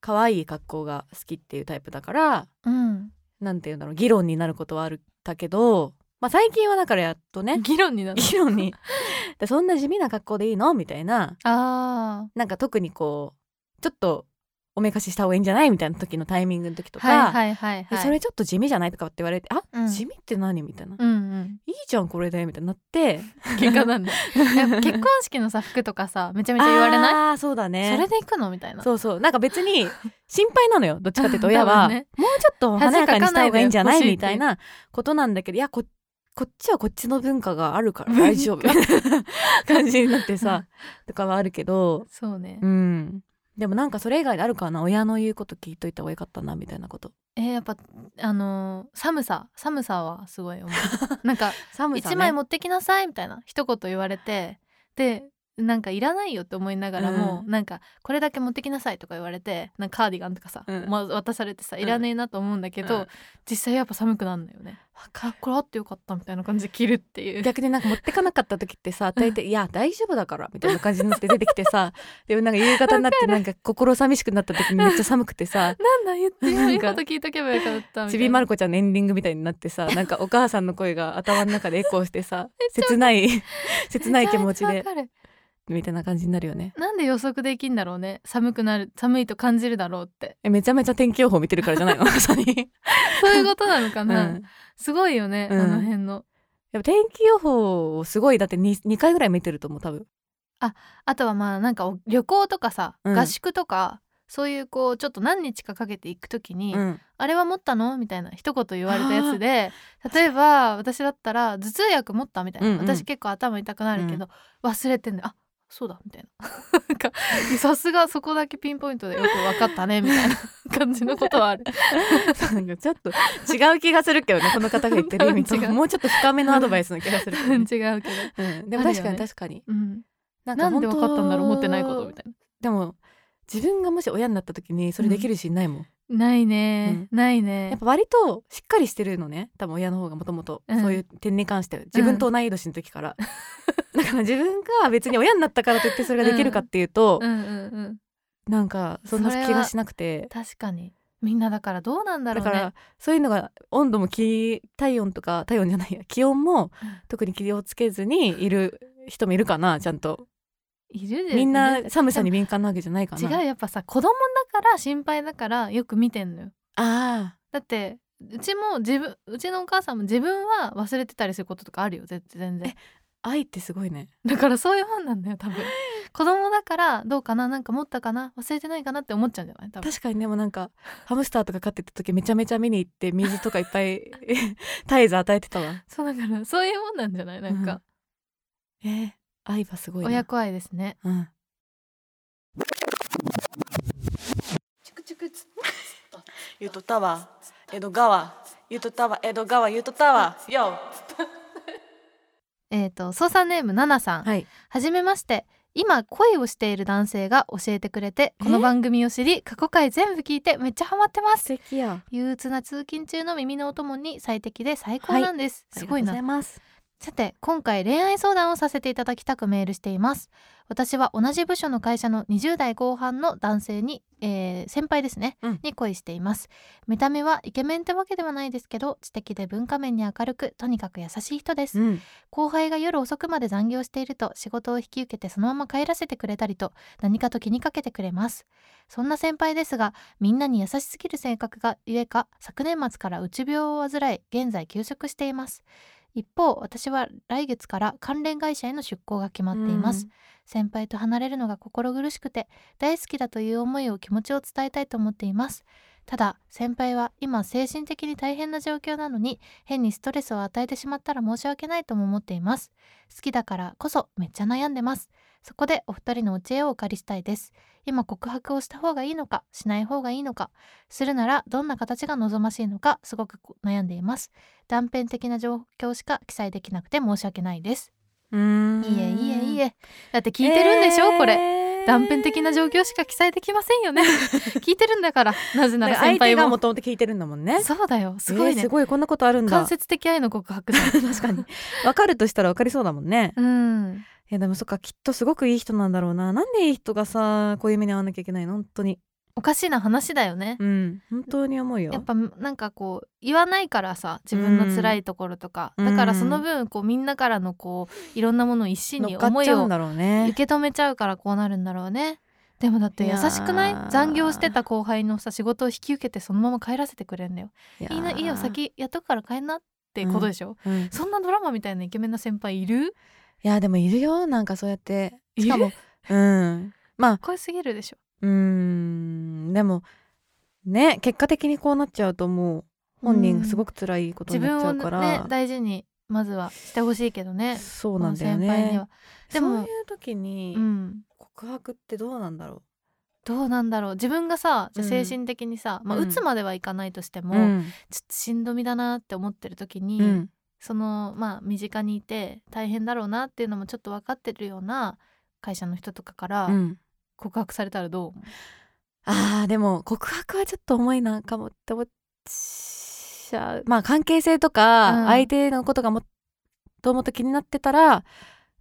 可愛い格好が好きっていうタイプだから
うん、
なんていうんだろう議論になることはあるだけどまあ最近はだからやっとね
議論になる
議論に でそんな地味な格好でいいのみたいな
あ
なんか特にこうちょっとおめかしした方がいいんじゃないみたいな時のタイミングの時と
ーは
か、
いはいはい
え
はい
それちょっと地味じゃないとかって言われて「あ、
うん
地味って何?」みたいな「
うんうん
いいじゃんこれで」みたいになって
結果なんだやっぱ結婚式のさ服とかさめちゃめちゃ言われない
あーそうだね
それで行くのみたいな
そうそうなんか別に心配なのよどっちかっていうと親
多
は、
分ね
もうちょっと華やかにした方がいいんじゃない
恥
み
か
た
かないいで
なことなんだけどいやここっちはこっちの文化があるから大 丈夫感じになってさとかはあるけど
そうね
うんでもなんかそれ以外であるかな親の言うこと聞いといた方がよかったなみたいなこと
えーやっぱあのー寒さ寒さはす ごい思うなんか
寒さ、ね、
一枚持ってきなさいみたいな一言言われてでなんかいらないよって思いながらも、
う
なんかこれだけ持ってきなさいとか言われてなんかカーディガンとかさ、
うん
ま渡されてさいらねえなと思うんだけど、
うん
実際やっぱ寒くなるのよね。あこれあってよかったみたいな感じで着るっていう。
逆になんか持ってかなかった時ってさ大体「いや大丈夫だから」みたいな感じになって出てきて さでもなんか夕方になってなんか心寂しくなった時にめっちゃ寒く てさ
なんだ言ってよ
なん
いい
か
こと聞いとけばよかったみたいな。
ちびまる子ちゃんのエンディングみたいになって さなんかお母さんの声が頭の中でエコーしてさ切ない 切ない気持ち
め
で
ゃめゃわかる
みたいな感じになるよね。
なんで予測できんだろうね寒くなる寒いと感じるだろう って
えめちゃめちゃ天気予報見てるからじゃない のまさに、
そういうことなのか
うん、
な、
やっ
すごいよね、
うん
あの辺の
ぱ天気予報をすごいだって 2, 2回ぐらい見てると思う多分
あとはまあなんかお旅行とかさ、
うん
合宿とかそういうこうちょっと何日かかけて行くときに、
ん、
あれは持ったのみたいな一言言われたやつで例えば私だったら頭痛薬持ったみたいな、
うんうん
私結構頭痛くなるけど、忘れてんだよあそうだみたいな なんかさすがそこだけピンポイントでよく分かったねみたいな感じのことはあ る
なんかちょっと違う気がするけどねこの方が言ってる意 味と
違う
もうちょっと深めのアドバイスの気がするけ
違
ど
う
ね、
けど、
うん、でも
あるよね
確かに確かに
うん、
な
なんで分かったんだろう持ってないことみ
い
たいな
なでも自分がもし親になった時にそれできるしないもん、
ないね、ない
や
ね
っぱ割としっかりしてるのね多分親の方がもともと
うん
そういう点に関しては自分と同い年の時から、だから自分が別に親になったからといってそれができるかっていうと、
うんうんうん
なんかそんな気がしなくて
確かにみんなだからどうなんだ
だ,、
ろうね
からそういうのが温度も気体温とか体温じゃないや気温も
うん
特に気をつけずにいる人もいるかなちゃんと
いるでい
みん
る
な
で
寒さに敏感なわけじゃないか
違
な
うやっぱさ子供だから心配だからよく見てんのよ
あ
だってうちも自分うちのお母さんも自分は忘れてたりすることとかあるよぜ全然
あ愛ってすごいね
だからそういうもんなんだよ多分子供だからどうかななんか持ったかな忘れてないかなって思っちゃうんじゃない多分
確かにでもなんかハムスターとか飼ってた時めちゃめちゃ見に行って水とかいっぱい 絶えず与えてたわ
そうだからそういうもんなんじゃないなんか、
えー、愛はすごいな
親子愛ですね
うん
チクチクつ。ゆとたわ、江戸川、ゆとたわ、江戸川、ゆとたわ、よ。
えっ、と操作ネームナナさん
はい
はじめまして今恋をしている男性が教えてくれてこの番組を知り過去回全部聞いてめっちゃハマってます
敵や
憂鬱な通勤中の耳のお供に最適で最高なんです、すごいな
ありがとうございます
さて今回恋愛相談をさせていただきたくメールしています私は同じ部署の会社の20代後半の男性に、えー先輩ですね、
うん
に恋しています見た目はイケメンってわけではないですけど知的で文化面に明るくとにかく優しい人です、
うん
後輩が夜遅くまで残業していると仕事を引き受けてそのまま帰らせてくれたりと何かと気にかけてくれますそんな先輩ですがみんなに優しすぎる性格がゆえか昨年末からうつ病を患い現在休職しています一方私は来月から関連会社への出向が決まっています、先輩と離れるのが心苦しくて大好きだという思いを気持ちを伝えたいと思っていますただ先輩は今精神的に大変な状況なのに変にストレスを与えてしまったら申し訳ないとも思っています好きだからこそめっちゃ悩んでますそこでお二人のお知恵をお借りしたいです今告白をした方がいいのかしない方がいいのかするならどんな形が望ましいのかすごく悩んでいます断片的な状況しか記載できなくて申し訳ないです
うん
いいえいいえいいえだって聞いてるんでしょ、これ
れ
断片的な状況しか記載できません よね聞いてるんだからなぜなら先
相手
輩
が
も
もともと聞いてるんだもんね
そうだよすごい
えー
ね、
すごいこんなことあるんだ
間接的愛の告白だ
確かにわかるとしたらわかりそうだもんね
うん
いやでもそっかきっとすごくいい人なんだろうななんでいい人がさこういう目に遭わなきゃいけないの本当に
おかしいな話だよね、
うん本当に思うよ
やっぱなんかこう言わないからさ自分の辛いところとか、
うん
だからその分こうみんなからのこういろんなものを一身
乗
に
っか
思
っちゃ
い
うん
を
だろう
受
ね
け止めちゃうからこうなるんだろうねでもだって優しくない
いやー
残業してた後輩のさ仕事を引き受けてそのまま帰らせてくれんだよいい
や
な
ー
いいよ、先やっとくから帰んなってことでしょ、
うんい
そんなドラマみたいなイケメンな先輩いる
やでもいるよなんかそうやって
いる
しかもうんまあ
恋すぎるでしょ
うんでもね結果的にこうなっちゃうともう本人がすごく辛いこと
自
にな
分
っちゃ
を
うか
ね
ら、
大事にまずはしてほしいけどね
そうなんだよ
この先輩に
ね
はでも
そういう時に
うん
告白ってどうなんだろ
どうなんだろう自分がさじゃあ
うん
精神的にさ、まあ、
うん
打つまではいかないとして
う
も、ちょっとしんどみだなって思ってる時に、
うん
そのまあ身近にいて大変だろうなっていうのもちょっと分かってるような会社の人とかから
うん、
告白されたらどう思う、
あーでも告白はちょっと重いなかもって思っちゃうまあ関係性と
うん
か相手のことがもっともっと気になってたら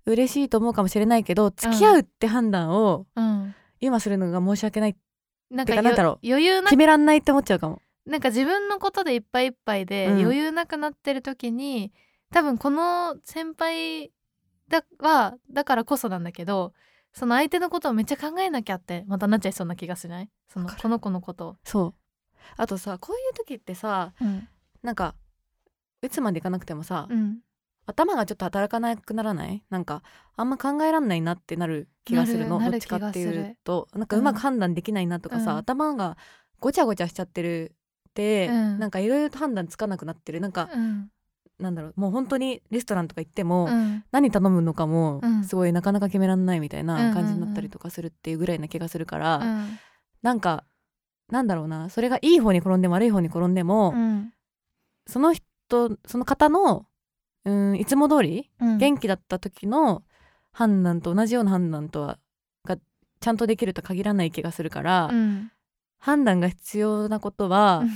嬉しいと思うかもしれないけど付き合うって判断を
うん、
今するのが申し訳ない
なん
て
か
かなんだろう
よ余裕な
決めらんないって思っちゃうかも。
なんか自分のことでいっぱいいっぱいで
うん
余裕なくなってる時に、多分この先輩だはだからこそなんだけどその相手のことをめっちゃ考えなきゃってまたなっちゃいそうな気がしないその
わかる
この子のことを、
そうあとさこういう時ってさ
うん
なんか打つまでいかなくてもさ、
うん、
頭がちょっと働かなくならないなんかあんま考えらんないなってなる気がするの
なるな
どっ
る
ちかってい
気がす
う
る
となんかうまく
うん
判断できないなとかさ、
うん
頭がごちゃごちゃしちゃってるって、
うん
なんかいろいろと判断つかなくなってるなんか、
うん
なんだろうもう本当にレストランとか行っても、
うん
何頼むのかも
うん
すごいなかなか決めらんないみたいな感じ
う
になった
んうんう
り
ん
とかするっていうぐらいな気がするから、
うん
なんかなんだろうなそれがいい方に転んでも悪い方に転んでも、
うん
その人その方のうんいつも通り
うん
元気だった時の判断と同じような判断とはがちゃんとできるとは限らない気がするから、
うん
判断が必要なことは、
うん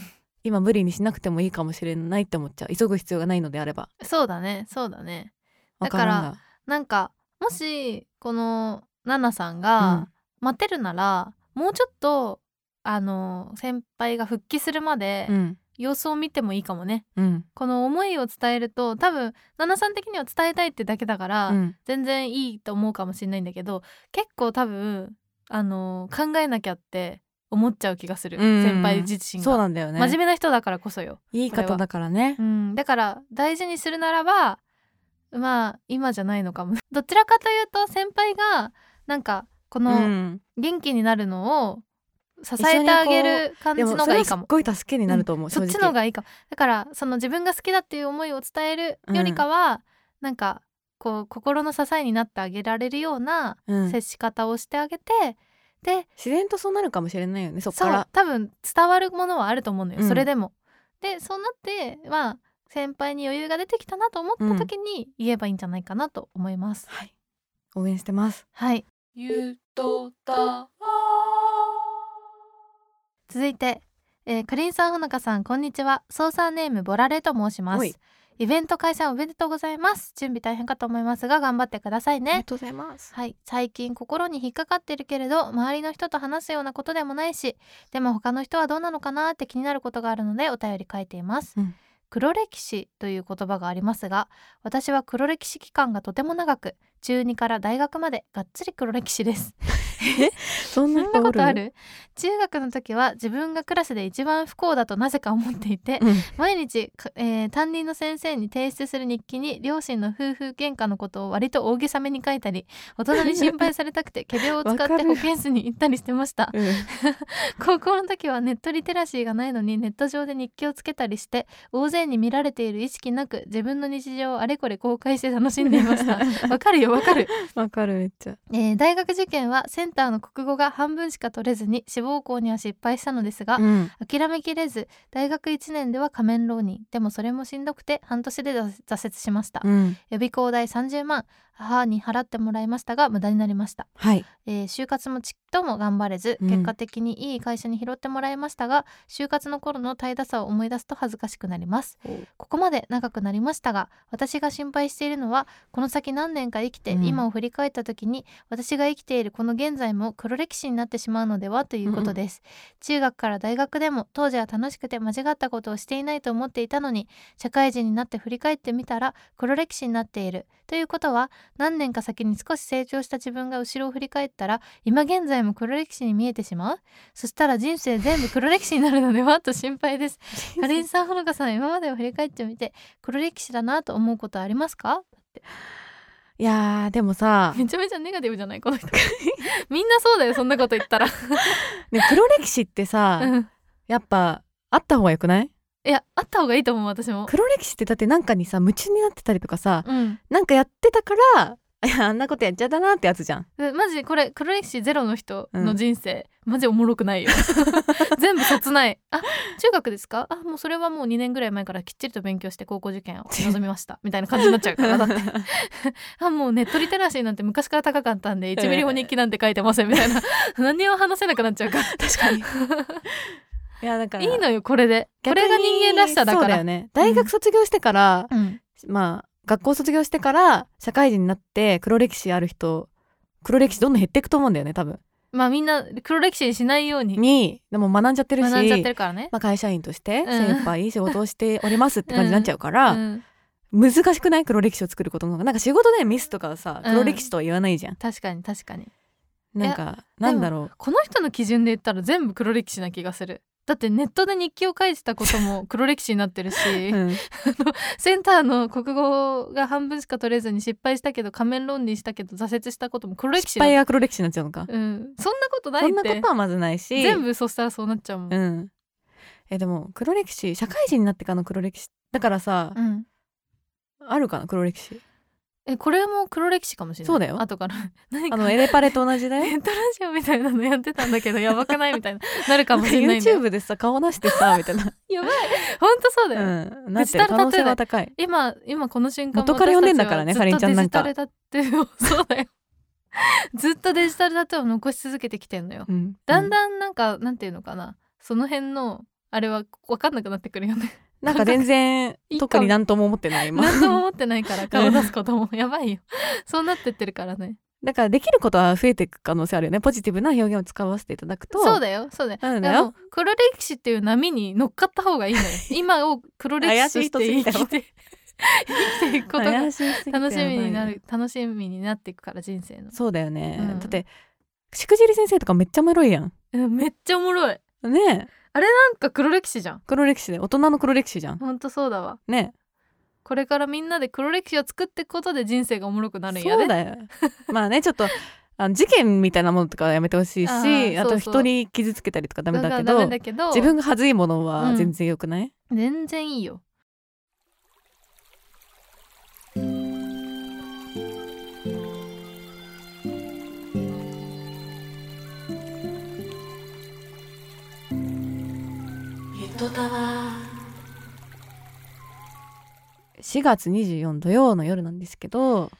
今無理にしなくてもいいかもしれないって思っちゃう急ぐ必要がないのであれば
そうだねそうだね
わ
だ
か
から
らんが
なんかもしこのナナさんが待てるなら、もうちょっとあの先輩が復帰するまで
うん
様子を見てもいいかもね、
うん
この思いを伝えると多分ナナさん的には伝えたいってだけだから、
うん
全然いいと思うかもしれないんだけど結構多分あの考えなきゃって思っちゃう気がする、
うん
先輩自身
そう
が、
なんだよね
真面目な人だからこそよ、
いい方だからね
うん、だから大事にするならばまあ今じゃないのかも どちらかというと先輩がなんかこ
う
の
ん
元気になるのを支えてあげる感じ
で
の
も
が
それ
い
はいす
か
っ
も
ごい助けになると思う、正
そっ
直
ちの方がいいかもだからその自分が好きだっていう思いを伝えるよりかは、なんかこう心の支えになってあげられるような
うん
接し方をしてあげて、で
自然とそうなるかもしれないよねそっ
そ
か
う
ら
多分伝わるものはあると思うのよ、
うん
それでも。でそうなってまあ先輩に余裕が出てきたなと思った時に言えばいいんじゃないかなと思います。
はい応援し てます
はい
ゆとたわ
続いて、えー、かりんさんほのかさんこんにちは操作ネームボラレと申しま
お
す
い
イベント開催おめでとうございます準備大変かと思いますが頑張ってくださいね
とうございます
はい最近心に引っかかってるけれど周りの人と話すようなことでもないしでも他の人はどうなのかなって気になることがあるのでお便り書いています、
うん
黒歴史という言葉がありますが私は黒歴史期間がとても長く中2から大学までがっつり黒歴史です
そ
そ
んなん人
な
お
ことある中学の時は自分がクラスで一番不幸だとなぜか思っていて
うん
毎日、かえー担任の先生に提出する日記に両親の夫婦喧嘩のことを割と大げさめに書いたり大人に心配されたくて仮病を使っ
わか
て
る
保健室に行ったりしてました
うん
高校の時はネットリテラシーがないのにネット上で日記をつけたりして大勢に見られている意識なく自分の日常をあれこれ公開して楽しんでいま したわかるよわかる
わかるめっちゃ。
えー大学受験はセンターの国語が半分しか取れずに志望校には失敗したのですが、
うん、
諦めきれず大学1年では仮面浪人でもそれもしんどくて半年で挫折しました、
うん、
予備校代30万母に払ってもらいましたが無駄になりました、
はい。
えー就活もちっとも頑張れず
うん
結果的にいい会社に拾ってもらいましたが、就活の頃の怠惰さを思い出すと恥ずかしくなります
おう
ここまで長くなりましたが私が心配しているのはこの先何年か生きて、
うん
今を振り返った時に私が生きているこの現在も黒歴史になってしまうのではということです、中学から大学でも当時は楽しくて間違ったことをしていないと思っていたのに社会人になって振り返ってみたら黒歴史になっているということは何年か先に少し成長した自分が後ろを振り返ったら今現在も黒歴史に見えてしまうそしたら人生全部黒歴史になるのではと心配ですかりんさんほのかさん今までを振り返ってみて黒歴史だなと思うことありますか
いやーでもさ、
めちゃめちゃネガティブじゃないこの人 みんなそうだよそんなこと言ったら
ね、黒歴史ってさ、
うん
やっぱあった方がよくない
いやあった方がいいと思う私も
黒歴史ってだってなんかにさ夢中になってたりとかさ
うん
なんかやってたからいやあんなことやっちゃったなってやつじゃん
でマジこれ黒歴史ゼロの人の人生、マジおもろくないよ 全部切ないあ中学ですかあもうそれはもう2年ぐらい前からきっちりと勉強して高校受 験を望みましたみたいな感じになっちゃうから だってあもうネットリテラシーなんて昔から高かったんで1ミリも日記なんて書いてませんみたいな 何を話せなくなっちゃうから
確かに いやだから
いいのよこれでこ
逆に
れが人間らしさだ
そ
か
うだ
ら
よね大学卒業してから、
うん
まあ学校卒業してから社会人になって黒歴史ある人黒歴史どんどん減っていくと思うんだよね多分
まあみんな黒歴史にしないように
にでも学んじゃってるし
学んじゃってるからね、
まあ、会社員として
ん
精一杯いい仕事をしておりますって感じになっちゃうか
う
ら、
ん
難しくない黒歴史を作ることの方がなんか仕事でミスとかはさ
うん
黒歴史とは言わないじゃん、
確かに確かに
なんかなんだろう
この人の基準で言ったら全部黒歴史な気がするだってネットで日記を書いてたこと も黒歴史になってるし、
うん
センターの国語が半分しか取れずに失敗したけど仮面論理したけど挫折したことも黒歴史
失
だ
敗が黒歴史になっちゃうのか、
うん、そんなことない
そ
っ
んなこ
て
とはまずないし
全部そしたらそうなっちゃうもん、
うんえでも黒歴史社会人になってからの黒歴史だからさ、
うん
あるかな黒歴史
えこれも黒歴史かもしれない
そうだよ
後から 何か
あのエレパレと同じだ
ネ
よ
ットラジオみたいなのやってたんだけどやばくないみたいなな るか
なん
も
か
しれないんだよ
YouTube でさ顔なしてさみた いな、
やばいほんとそうだよ、
うん、なってる可能性が高い
今今この瞬間
元から呼んでんだから
私
ね
た
かりんちゃんなんか
ずっとデジタルタトゥーを そうだよずっとデジタルタトゥーを残し続けてきてんのよ
うん、
だんだんなんか、なんていうのかなその辺のあれは分かんなくなってくるよね
なんか全然
いいかも
特になんとも思ってない今
何とも思ってないから顔出すことも やばいよそうなってってるからね
だからできることは増えていく可能性あるよねポジティブな表現を使わせていただくと
そうだよそうだよ
そうだ
で
よ
も黒歴史っていう波に乗っかった方がいいの よ今を黒歴史として生きて生き ていくことが
怪しすぎ て
楽 しみにな
やばい
る楽しみになっていくから人生の
そうだよね、
うん
だってしくじり先生とかめっちゃおもろいやん
うんめっちゃおもろい
ねえ
なんか黒歴史じゃん
黒歴史で大人の黒歴史じゃん
ほんとそうだわ
ね
これからみんなで黒歴史を作っていくことで人生がおもろくなるんや
そう
ね
だよまあねちょっとあの事件みたいなものとかはやめてほしいし
あ
あ
ーそ
と
うそう
人に傷つけたりとかダメだけ
から
ど
ダメだけど
自分が恥ずいもの
う
は
ん
全然良くない、
全然いいよ
ゆとたわ
4月24土曜の夜なんですけど、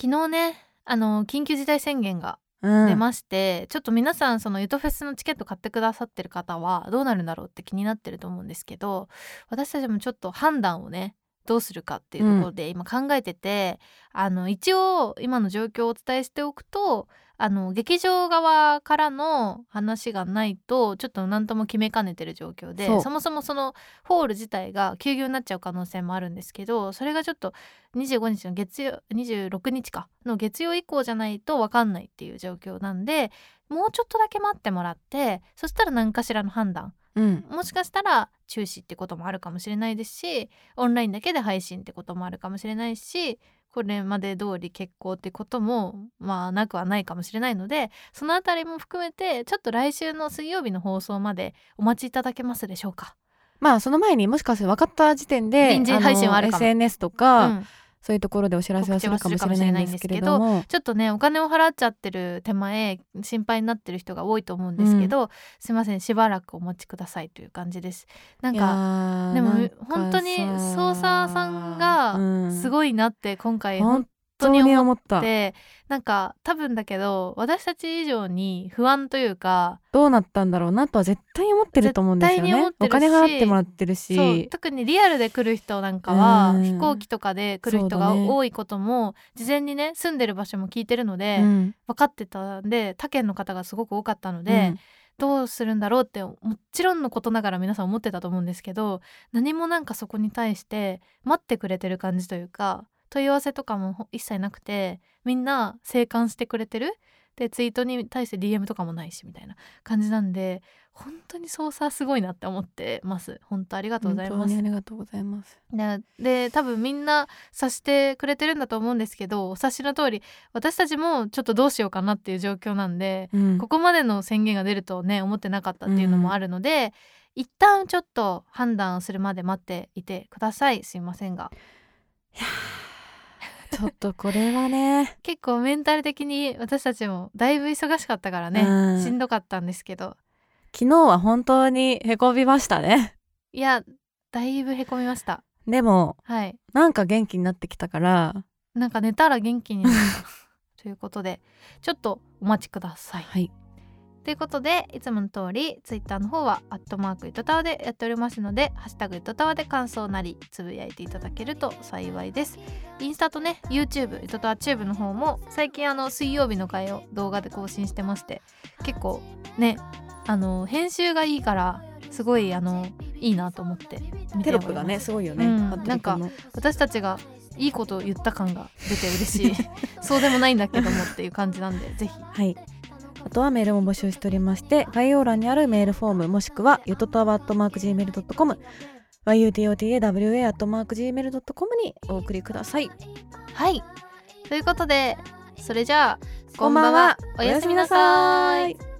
昨日ねあの緊急事態宣言が
うん、
出まして、ちょっと皆さんそのゆとフェスのチケット買ってくださってる方はどうなるんだろうって気になってると思うんですけど私たちもちょっと判断をねどうするかっていうところで今考えてて、あの一応今の状況をお伝えしておくとあの劇場側からの話がないとちょっと何とも決めかねてる状況で
そ
そうもそもそのホール自体が休業になっちゃう可能性もあるんですけどそれがちょっと25日の月曜26日かの月曜以降じゃないと分かんないっていう状況なんでもうちょっとだけ待ってもらってそしたら何かしらの判断
うん、
もしかしたら中止ってこともあるかもしれないですしオンラインだけで配信ってこともあるかもしれないしこれまで通り結婚ってこともまあなくはないかもしれないのでそのあたりも含めてちょっと来週の水曜日の放送までお待ちいただけますでしょうか。
まあその前にもしかして分かった時点で
臨時配信はあるかも
の SNS とか、
うん
そういうところでお知らせはするかもしれないんですけれども
ちょっとねお金を払っちゃってる手前心配になってる人が多いと思うんですけど、すいませんしばらくお待ちくださいという感じですなんか
か
でも本当に操作さんがす
い
ごいなって今回本
本
当
当
に
に
思っ
思った
てなんか多分だけど私たち以上に不安というか
どうなったんだろうなとは絶対に思ってると思うんですよ
絶対に
ね
思ってる
お
し
金払ってもらってる
そう
し
特にリアルで来る人なんかは
うん
飛行機とかで来る人が
そうだね
多いことも事前にね住んでる場所も聞いてるので、
うん
分かってたんで他県の方がすごく多かったので。
うん
どうするんだろうってもちろんのことながら皆さん思ってたと思うんですけど何もなんかそこに対して待ってくれてる感じというか問い合わせとかも一切なくてみんな静観してくれてるでツイートに対して DM とかもないしみたいな感じなんで本当に操作すごいなって思ってます本当ありがとうござい
本
ま
当に
す
ありがとうございます
ねで多分みんな察してくれてるんだと思うんですけどお察しの通り私たちもちょっとどうしようかなっていう状況なんで
うん
ここまでの宣言が出るとね思ってなかったっていうのもあるので、一旦ちょっと判断するまで待っていてくださいすいませんが
ちょっとこれはね。
結構メンタル的に私たちもだいぶ忙しかったからね、
うん
しんどかったんですけど
昨日は本当にへこみましたね。
いやだいぶへこみました
でも、
はい
なんか元気になってきたから、
なんか寝たら元気になったということ でちょっとお待ちください
はい。
ということでいつもの通りツイッターの方は「アットマークいとたわ」でやっておりますので「ハッシュタグいとたわ」で感想なりつぶやいていただけると幸いですインスタとね YouTube いとたわチューブの方も最近あの水曜日の回を動画で更新してまして結構ねあの編集がいいからすごいあのいいなと思って見て
テ
おります
ロップがね、すごいよね。
うん
服部君の
な私たちがいいことを言った感が出て嬉 しいそうでもないんだけどもっていう感じなんでぜひ
はい。あとはメールも募集しておりまして、概要欄にあるメールフォームもしくは、ゆとたわ .gmail.com、yutotawa.gmail.com にお送りください。
はいということでそれじゃあ
こんばんは。
おやすみなさーい
おやすみなさい。